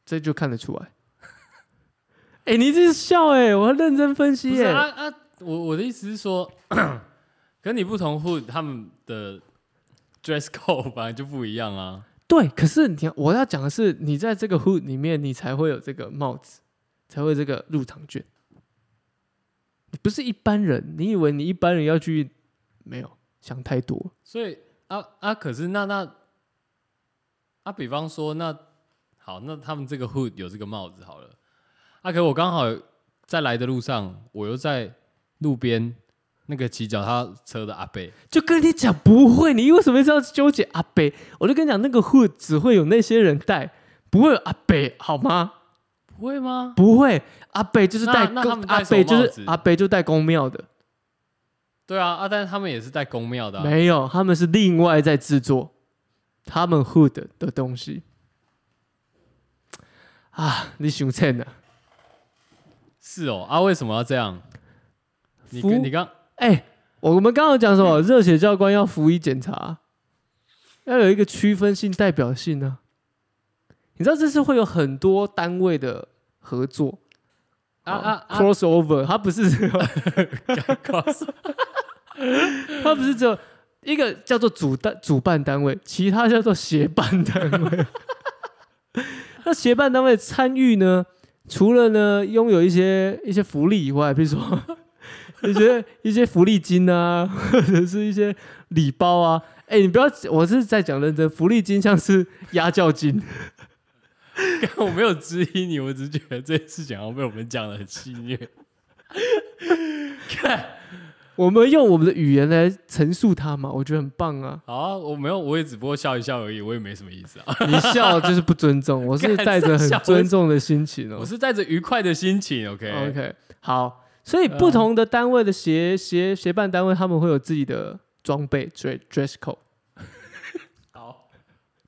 这就看得出来。 [LAUGHS] 哎、你这是笑哎、我认真分析不是哎、啊啊，我我的意思是说，跟你不同户他们的 dress code 本来就不一样啊，对，可是你要我要讲的是，你在这个 hood 里面，你才会有这个帽子，才会有这个入场券。你不是一般人，你以为你一般人要去？没有，想太多。所以啊啊，可是那那啊，比方说那好，那他们这个 hood 有这个帽子好了，啊，可我刚好在来的路上，我又在路边那个骑脚踏车的阿贝，就跟你讲不会，你为什么一直要纠结阿北？我就跟你讲，那个 hood 只会有那些人戴，不会有阿北，好吗？不会吗？不会，阿北就是戴那那公他们戴阿什么北就帽是子阿北就戴公庙的，对啊啊，但是他们也是在公庙的、啊，没有，他们是另外在制作他们 hood 的的东西。啊，你想蹭啊？是哦啊，为什么要这样？你服跟你刚哎、我们刚刚讲什么？热血教官要服役检查，要有一个区分性、啊代表性呢、你知道这是会有很多单位的合作，啊啊啊！ crossover，它不 [LAUGHS] 是只有它不是只有一个叫做主单主办单位，其他叫做协办单位。 [LAUGHS] 那协办单位参与呢，除了呢拥有一些一些福利以外，比如说 [LAUGHS] 一些一些福利金啊，或者是一些礼包啊。哎、你不要，我是在讲认真，福利金像是压轿金， [LAUGHS] 我没有质疑你，我只是觉得这件事情好像被我们讲的很戏虐。看，我们用我们的语言来陈述它嘛，我觉得很棒啊。好啊，我没有，我也只不过笑一笑而已，我也没什么意思啊。你笑就是不尊重，我 [LAUGHS] 是带着很尊重的心情哦我。是带着愉快的心情，OK。 OK，好，所以不同的单位的协协协办单位，他们会有自己的装备 dress dress code，好，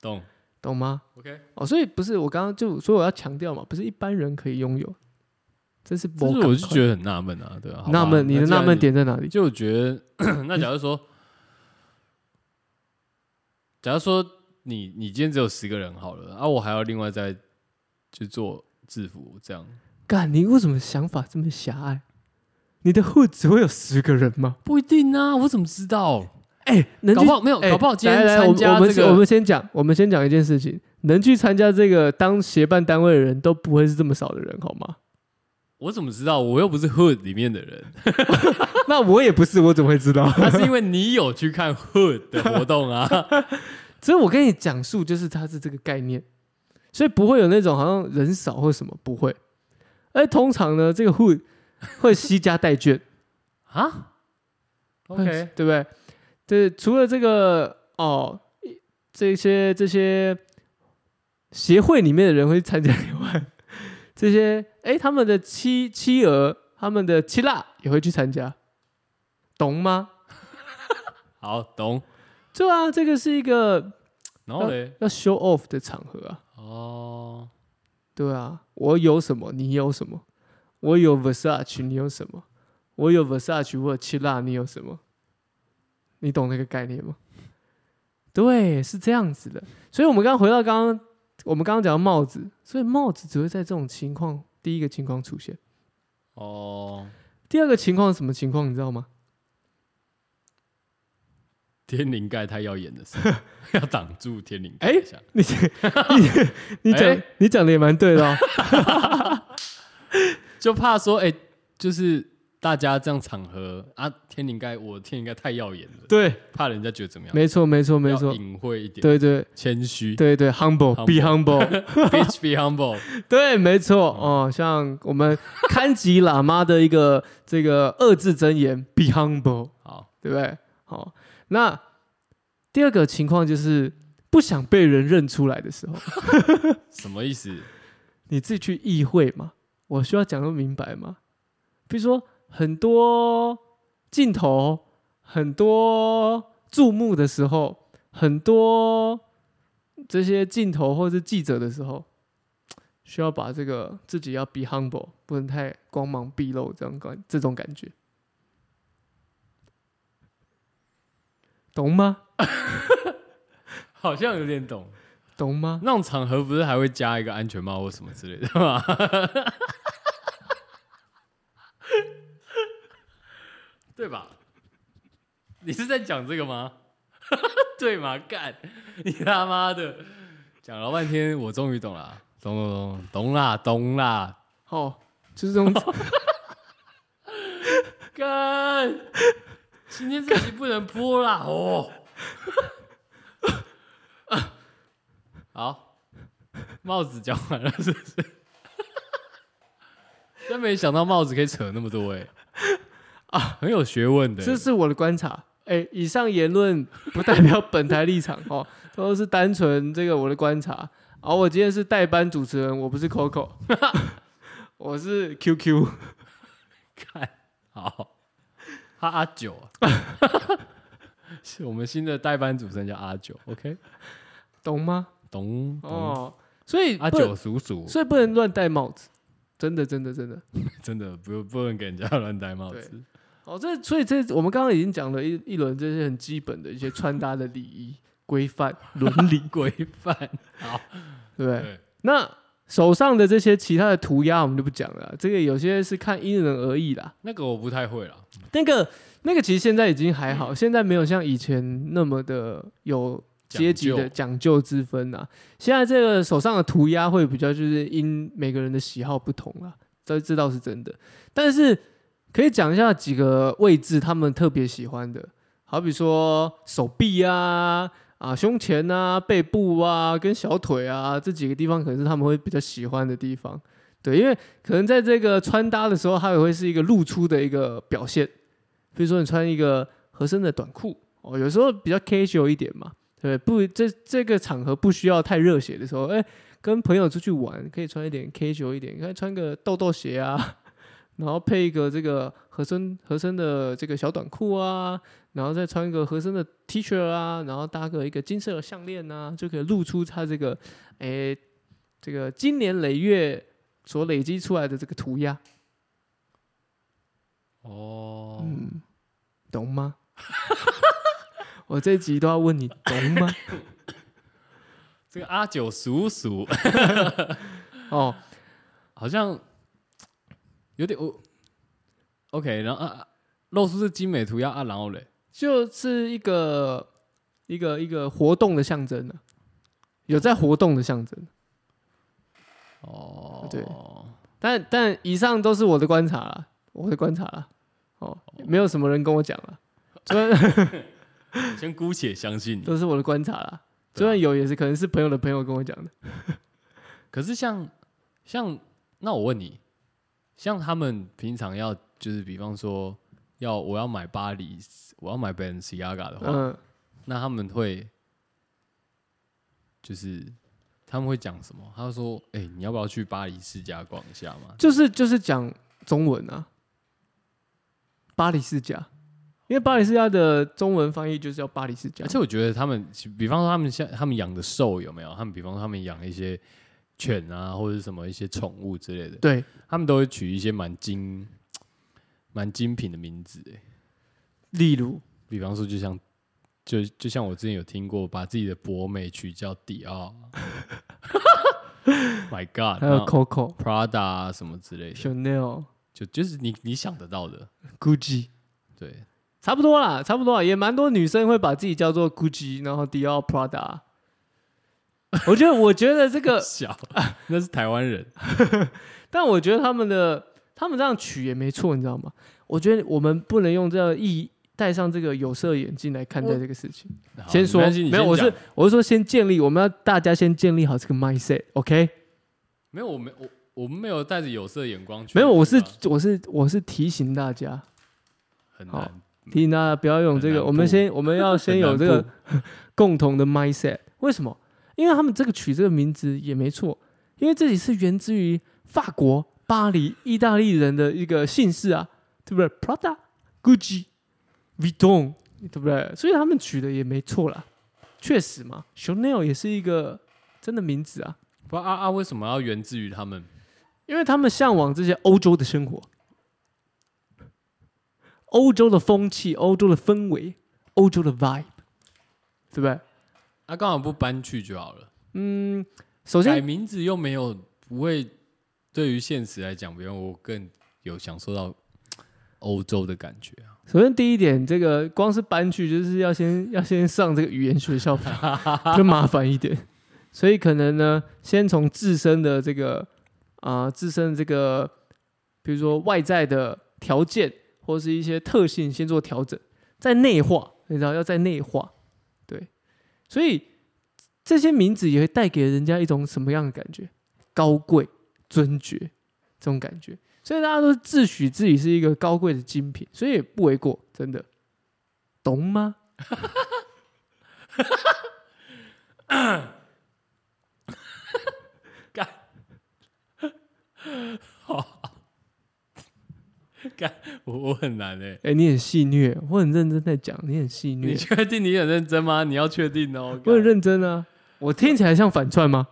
懂。懂吗？ OK，哦，所以不是我刚刚就所以我要强调嘛，不是一般人可以拥有，真是但是我就得觉得很纳闷啊，对吧、好吧纳闷，你的纳闷，点在哪那既然你里？就我觉得， [COUGHS] 那假如说，假如说你你今天只有十个人好了，啊，我还要另外再去做制服，这样干，你为什么想法这么狭隘？你的 hood 只会有十个人吗？不一定啊，我怎么知道？哎、能搞去不好没有，哎搞不好今天来来参我们加我们这先我个们先讲，我们先讲一件事情，能去参加这个当协办单位的人都不会是这么少的人，好吗？我怎么知道？我又不是 Hood 里面的人， [LAUGHS] 那我也不是，我怎么会知道？那是因为你有去看 Hood 的活动啊。所以我跟你讲述就是它是这个概念，所以不会有那种好像人少或什么不会。而通常呢，这个 hood 会惜家带眷 [LAUGHS] 啊，OK，对不对？对，除了这个哦，这些这些协会里面的人会参加以外，这些哎他们的妻妻儿、他们的妻辣也会去参加，懂吗？好懂。对啊，这个是一个然后嘞，要 show off 的场合啊。哦，对啊，我有什么，你有什么？我有 Versace，你有什么？我有 Versace，我有七辣，你有什么？你懂那个概念吗？对，是这样子的。所以我们刚刚回到刚刚，我们刚刚讲到帽子，所以帽子只会在这种情况，第一个情况出现。哦，第二个情况是什么情况？你知道吗？ [LAUGHS] 天灵盖太耀眼的 [LAUGHS] 时候，要挡住天灵盖哎一下。你你你讲、哎你讲的也蛮对的、哦，就怕说，哎，就是大家这样场合啊，天灵盖，我天灵盖太耀眼了，对，怕人家觉得怎么样？没错没错没要错，隐晦一点，对对谦虚对对，humble，be humble。 ，bitch be humble。对，没错哦，像我们堪吉喇嘛的一个这个二字真言 [LAUGHS] “be humble”，好，对不对？好、那第二个情况就是不想被人认出来的时候，什么意思？你自己去意会嘛。我需要讲得明白吗？比如说很多镜头、很多注目的时候，很多这些镜头或是记者的时候，需要把这个自己要 be humble，不能太光芒毕露这样感这种感觉，懂吗？好像有点懂。懂吗？那种场合不是还会加一个安全帽或什么之类的吗？ [LAUGHS] 对吧？你是在讲这个吗？ [LAUGHS] 对吗？干你他妈的！讲了半天，我终于懂了，懂懂懂懂啦，懂啦！哦，就是这种干，今天这集不能播啦哦。好，帽子讲完了是不是？真没想到帽子可以扯那么多哎、啊，很有学问的、这是我的观察。哎，以上言论 [LAUGHS] 不代表本台立场哦，都是单纯这个我的观察。而、我今天是代班主持人，我不是 Coco，我是 QQ。看好，他阿九、啊，是我们新的代班主持人叫阿九，OK， [LAUGHS] 懂吗？懂懂、哦，所以阿不能九叔叔，所以不能乱戴帽子，真的，真的，真的。真的不不能给人家乱戴帽子。哦，这所以这我们刚刚已经讲了一一轮这些很基本的一些穿搭的 [LAUGHS] [LAUGHS] 礼仪规范、伦理，规范。好，对不对？对，那手上的这些其他的涂鸦我们就不讲了，这个有些是看因人而异啦。那个我不太会了，那个那个其实现在已经还好，现在没有像以前那么的有阶级的讲究之分啦。现在这个手上的涂鸦会比较就是因每个人的喜好不同啦，这这倒是真的。但是可以讲一下几个位置他们特别喜欢的，好比说手臂啊。啊，胸前啊、背部啊、跟小腿啊这几个地方，可能是他们会比较喜欢的地方。对，因为可能在这个穿搭的时候，它也会是一个露出的一个表现。比如说你穿一个合身的短裤，哦，有时候比较 casual 一点嘛，对不对？不，这这个场合不需要太热血的时候，哎，跟朋友出去玩可以穿一点 casual 一点，可以穿个豆豆鞋啊， [LAUGHS] 然后配一个这个合身合身的这个小短裤啊，然后再穿一个合身的 T 恤啊，然后搭个一个金色的项链啊，就可以露出它这个，哎，这个经年累月所累积出来的这个涂鸦，哦，嗯，懂吗？ [LAUGHS] 我这集都要问你懂吗？这个阿九叔叔 [LAUGHS] 哦，好像有点我，OK，然后啊，啊露出这精美涂鸦啊，然后嘞，就是一个一个一个活动的象征呢、啊有在活动的象征。哦，对但但以上都是我的观察啦，我的观察啦。哦，没有什么人跟我讲 [LAUGHS] 了，虽然先姑且相信你。都是我的观察啦。对啊虽然有也是可能是朋友的朋友跟我讲的。可是像像那我问你，像他们平常要就是比方说要我要买巴黎，我要买 Balenciaga 的话，嗯，那他们会就是他们会讲什么？他说：“哎、你要不要去巴黎世家逛一下嘛就是就是讲中文啊，巴黎世家，因为巴黎世家的中文翻译就是叫巴黎世？”家而。且我觉得他们，比方说他们像他们养的兽有没有？他们比方说他们养一些犬啊，或者是什么一些宠物之类的，对，他们都会取一些蛮精蛮精品的名字、哎，例如比方说就像。就就像我之前有听过，把自己的博美取叫迪 [LAUGHS] 奥，My God，还有然后 Coco、 Prada 啊什么之类的， Chanel、就就是你你想得到的， Gucci。对，差不多啦，差不多啦，也蛮多女生会把自己叫做 Gucci，然后 Dior、Prada。我觉得，我觉得这 [LAUGHS] 个，小，那是台湾人，但我觉得他们的他们这样取也没错，你知道吗？我觉得我们不能用这样的意戴上这个有色眼镜来看待这个事情。好先说没关系你没有，我先是讲我是说先建立，我们要大家先建立好这个 mindset，OK？、没有，我没我我们没有带着有色眼光去，没有，我是对吧我是我是提醒大家，很好难，提醒大家不要用这嗯很个，难我们不先我们要先很有难这个不共同的 mindset。为什么？因为他们这个取这个名字也没错，因为这里是源自于法国巴黎意大利人的一个姓氏啊，对不对？Prada、Gucci、Vuitton，对不对？所以他们取的也没错啦，确实嘛，Chanel 也是一个真的名字啊，不啊啊，为什么要源自于他们？因为他们向往这些欧洲的生活，欧洲的风气、欧洲的氛围、欧洲的 vibe，对不对？啊，刚好不搬去就好了，嗯，首改先名字又没有不会，对于现实来讲，不用我更有享受到欧洲的感觉 [LAUGHS] 啊，首先第一点，这个光是搬去就是要先要先上这个语言学校吧， [LAUGHS] 就麻烦一点。所以可能呢，先从自身的这个啊、自身这个，比如说外在的条件或是一些特性先做调整，再内化，你知道要在内化，对。所以这些名字也会带给人家一种什么样的感觉？高贵、尊爵这种感觉。所以大家都自诩自己是一个高贵的精品，所以也不为过，真的，懂吗？我我很难哎、哎、你很戏虐，我很认真在讲，你很戏你虐，确定你很认真吗？你要确定哦，我干很认真啊。我听起来像反串吗？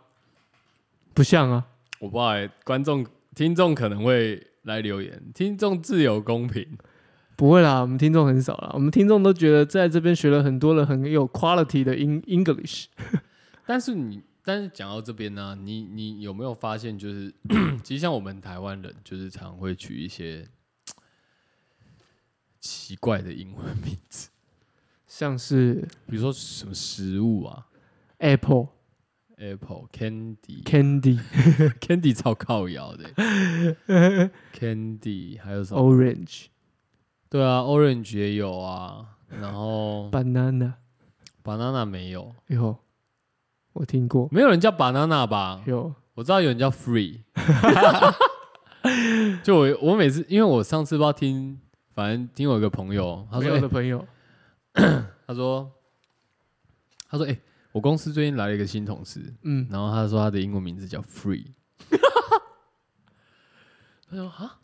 不像啊。我不知道哎、观众听众可能会来留言，听众自有公平。不会啦，我们听众很少啦，我们听众都觉得在这边学了很多了很有 quality 的英 English。但是你但是讲到这边呢、你你有没有发现，就是 [CLEARS THROAT] 其实像我们台湾人，就是常会取一些奇怪的英文名字，像是比如说什么食物啊 Apple、 ，apple candy [LAUGHS] Candy、 candy 超靠摇的 candy，还有什么？ Orange、对啊，orange 也有啊，然后 [LAUGHS] Banana， banana 没有，有我听过，没有人叫 banana 吧？有我知道有人叫 free，就我我每次因为我上次不知道听，反正听我一个朋友，他我说、有欸的朋友他说他说哎、欸我公司最近来了一个新同事，嗯，然后他说他的英文名字叫 [LAUGHS] free，他说啊，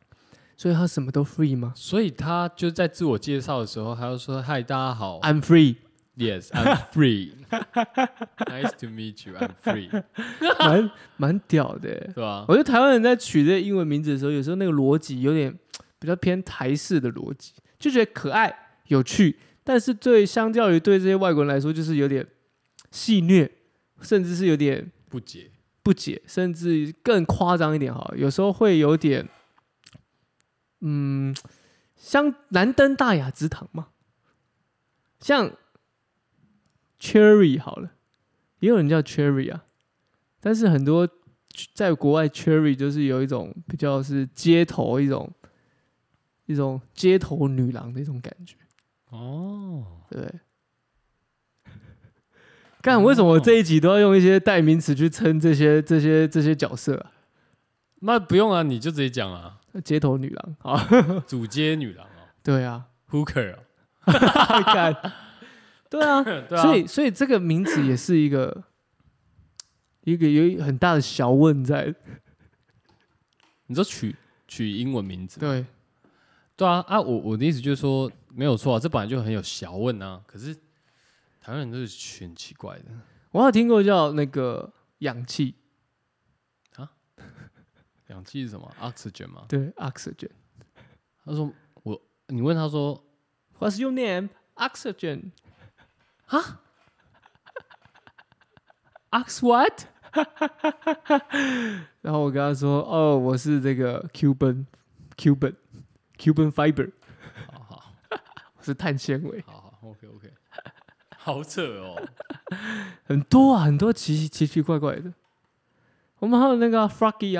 所以他什么都 free 吗所以他就在自我介绍的时候，他就说嗨大家好 [LAUGHS] ？I'm free， ，yes，I'm free，nice to meet you，I'm free， [LAUGHS] 蛮蛮屌的欸。对吧？我觉得台湾人在取这些英文名字的时候，有时候那个逻辑有点比较偏台式的逻辑，就觉得可爱有趣，但是对相较于对这些外国人来说，就是有点戏谑，甚至是有点不解，不解，甚至更夸张一点哈，有时候会有点，嗯，像难登大雅之堂嘛，像 Cherry 好了，也有人叫 Cherry 啊，但是很多在国外 Cherry 就是有一种比较是街头一种一种街头女郎的一种感觉，哦，对不对？干，为什么我这一集都要用一些代名词去称这些这些这些角色啊？那不用啊，你就直接讲啊。街头女郎啊，主街女郎哦对啊， [LAUGHS] ，Hooker 哦，干，对啊，对啊，所以所以这个名字也是一个一个有一很大的小问在，你说取取英文名字，对，对啊啊，我我的意思就是说没有错啊，这本来就很有学问啊，可是台湾人就是取很奇怪的，我好像听过叫那个氧气，氧气是什么？Oxygen 吗？对，oxygen。他说我，你问他说 What's your name? Oxygen. [LAUGHS] Ox what？ [LAUGHS] 然后我跟他说，哦，我是这个 Cuban Cuban Cuban fiber，好好我是碳纤维，好好，OK [LAUGHS] OK，好扯哦，很多啊，很多奇奇奇怪怪的。我们还有那个啊 Froggy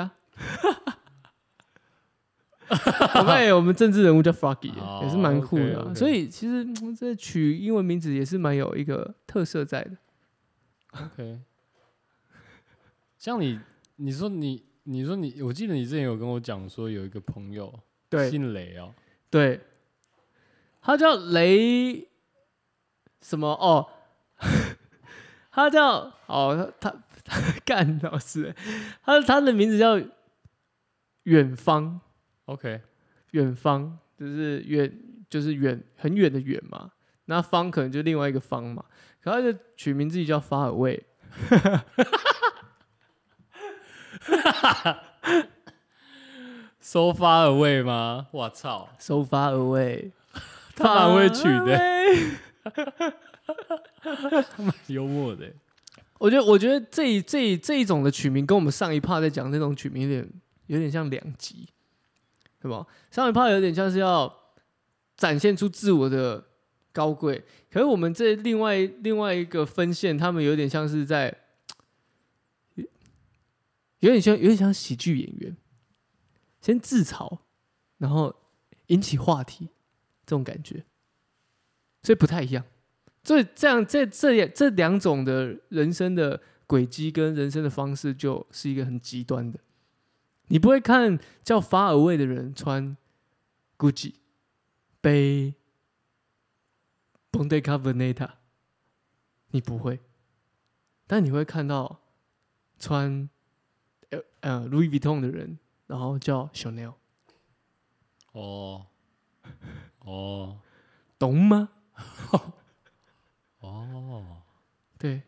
[LAUGHS] 啊，我们有我们政治人物叫 Froggy，哦也是蛮酷的啊、 OK，OK 所以其实嗯这取英文名字也是蛮有一个特色在的。 OK，像你，你说你，你说你，我记得你之前有跟我讲说有一个朋友对姓雷哦，对，他叫雷什么哦， [LAUGHS] 他叫哦他他 [LAUGHS] 干老师，他他的名字叫远方。 OK，远方，就是远，就是远很远的远嘛。那方可能就另外一个方嘛。可他就取名自己叫法尔卫， So far away 吗？我操， so far away，他蛮会取的 Far away 幽默的欸。我觉得，我觉得这一这一这一种的取名，跟我们上一趴在讲那种取名有点有点像两极，对吧？上一趴有点像是要展现出自我的高贵，可是我们这另外另外一个分线，他们有点像是在，有点像有点像喜剧演员，先自嘲，然后引起话题，这种感觉，所以不太一样。所以这样这这也这两种的人生的轨迹跟人生的方式，就是一个很极端的。你不会看叫法尔卫的人穿 GUCCI、背 Bottega Veneta，你不会，但你会看到穿呃呃 Louis Vuitton 的人，然后叫 Chanel，哦，哦，懂吗？ [LAUGHS] 哦，对，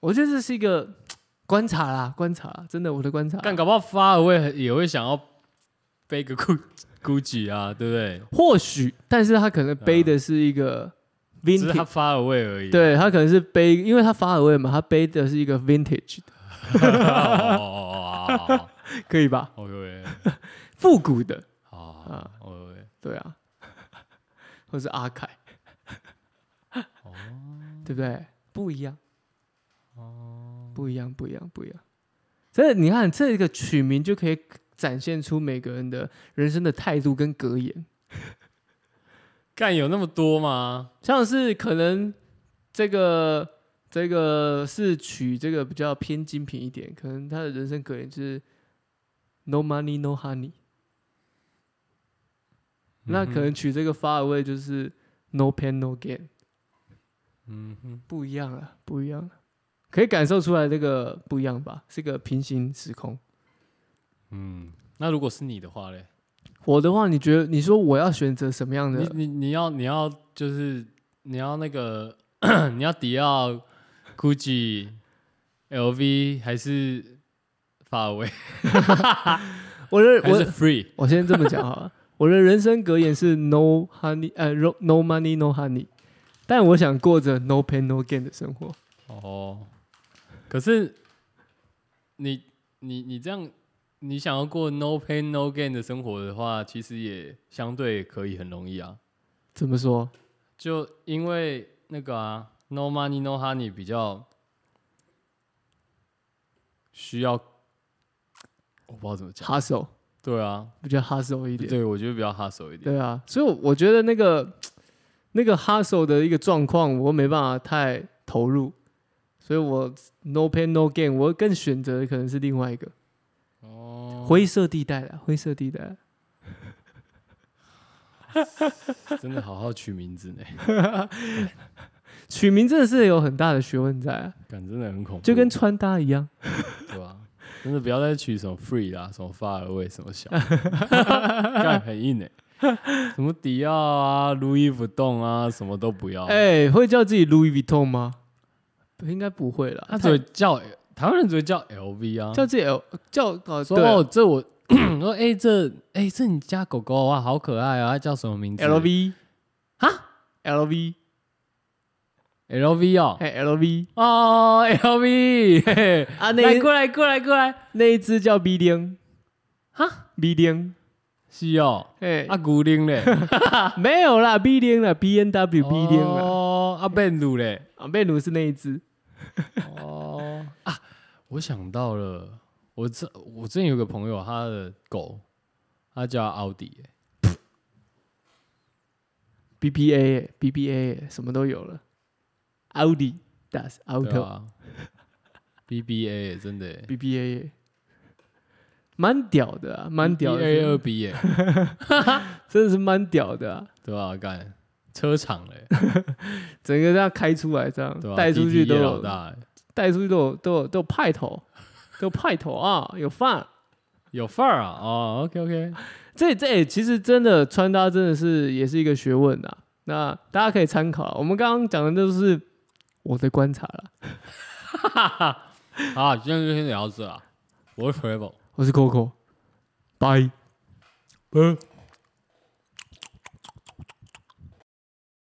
我觉得这是一个观察啦，观察啦，真的我的观察啦。但搞不好 far away 也会想要背个 Gu Gucci 啊，对不对？或许，但是他可能背的是一个嗯只是他 vintage，、 far away 而已。，对他可能是背，因为他法尔威嘛，他背的是一个 vintage 的哦可以吧？ ，OK，复古的，好，OK，对啊， [LAUGHS] 或是阿凯， [LAUGHS] 对不对？不一样，不一样，不一样，不一样。这你看，这个取名就可以展现出每个人的人生的态度跟格言，干有那么多吗？像是可能这个这个是取这个比较偏精品一点，可能他的人生格言就是 “no money no honey”，、那可能取这个发尾就是 “no pain no gain”。嗯哼，不一样了，不一样了，可以感受出来这个不一样吧？是个平行时空。嗯，那如果是你的话嘞，我的话，你觉得你说我要选择什么样你的？你你要你要就是你要那个你要迪奥、GUCCI、LV 还是法维我的还是我 Free？我先这么讲好了，我的人生格言是 “no honey”，呃，no-，“no money no honey”，但我想过着 “no pain no gain” 的生活。哦，可是你你你这样，你想要过 no pain no gain 的生活的话，其实也相对可以很容易啊。怎么说？就因为那个啊，no money no honey 比较需要，我不知道怎么讲。哈手对啊，比较哈手一点，对我觉得比较哈手一点。对啊，所以我觉得那个那个哈手的一个状况，我没办法太投入，所以我 “no pain no gain”，我更选择的可能是另外一个。哦，灰色地带了，灰色地带。真的好好取名字呢，取名真的是有很大的学问在、啊，感真的很恐怖，就跟穿搭一样。对吧、真的不要再取什么 free 啦，什么发而味，什么小，干很硬哎、什么迪奥啊、路易不动啊，什么都不要。哎、会叫自己 Louis Vuitton 吗？应该不会啦，他只太会叫台湾人只会叫 LV 啊，叫自己 L 叫搞说说哦哦这我说哎、这哎、这你家狗狗啊好可爱啊，它叫什么名字 LV 啊 LV LV 哦哎 LV 哦 LV，嘿嘿啊那来一过来过来过来，那一只叫 B 零哈 B 零是哦。哎啊，古灵嘞，啊没有啦 B 零啦 B N W B 零啦哦，啊，贝鲁嘞，啊贝鲁是那一只哦啊，我想到了，我这我之前有个朋友，他的狗，他叫奥迪、欸， B B A B B A 什么都有了，奥迪 Das 对 Auto 啊，BBA、欸、真的、欸。 B B A 蛮屌的啊，蛮屌的。 A 二 B 耶、欸，真的是蛮屌的、啊，对吧、干车厂嘞、整个这样开出来，这样对吧、啊带、出去 DTA 都老有，大欸、带出去都有都有都有派头，都有派头啊，有范儿。有范儿啊！哦，OK OK，这这、欸其实真的穿搭真的是也是一个学问啊，那大家可以参考啊。我们刚刚讲的都是我的观察了。好，今天就先聊到这啊。我是 Travel，我是 Coco，拜拜。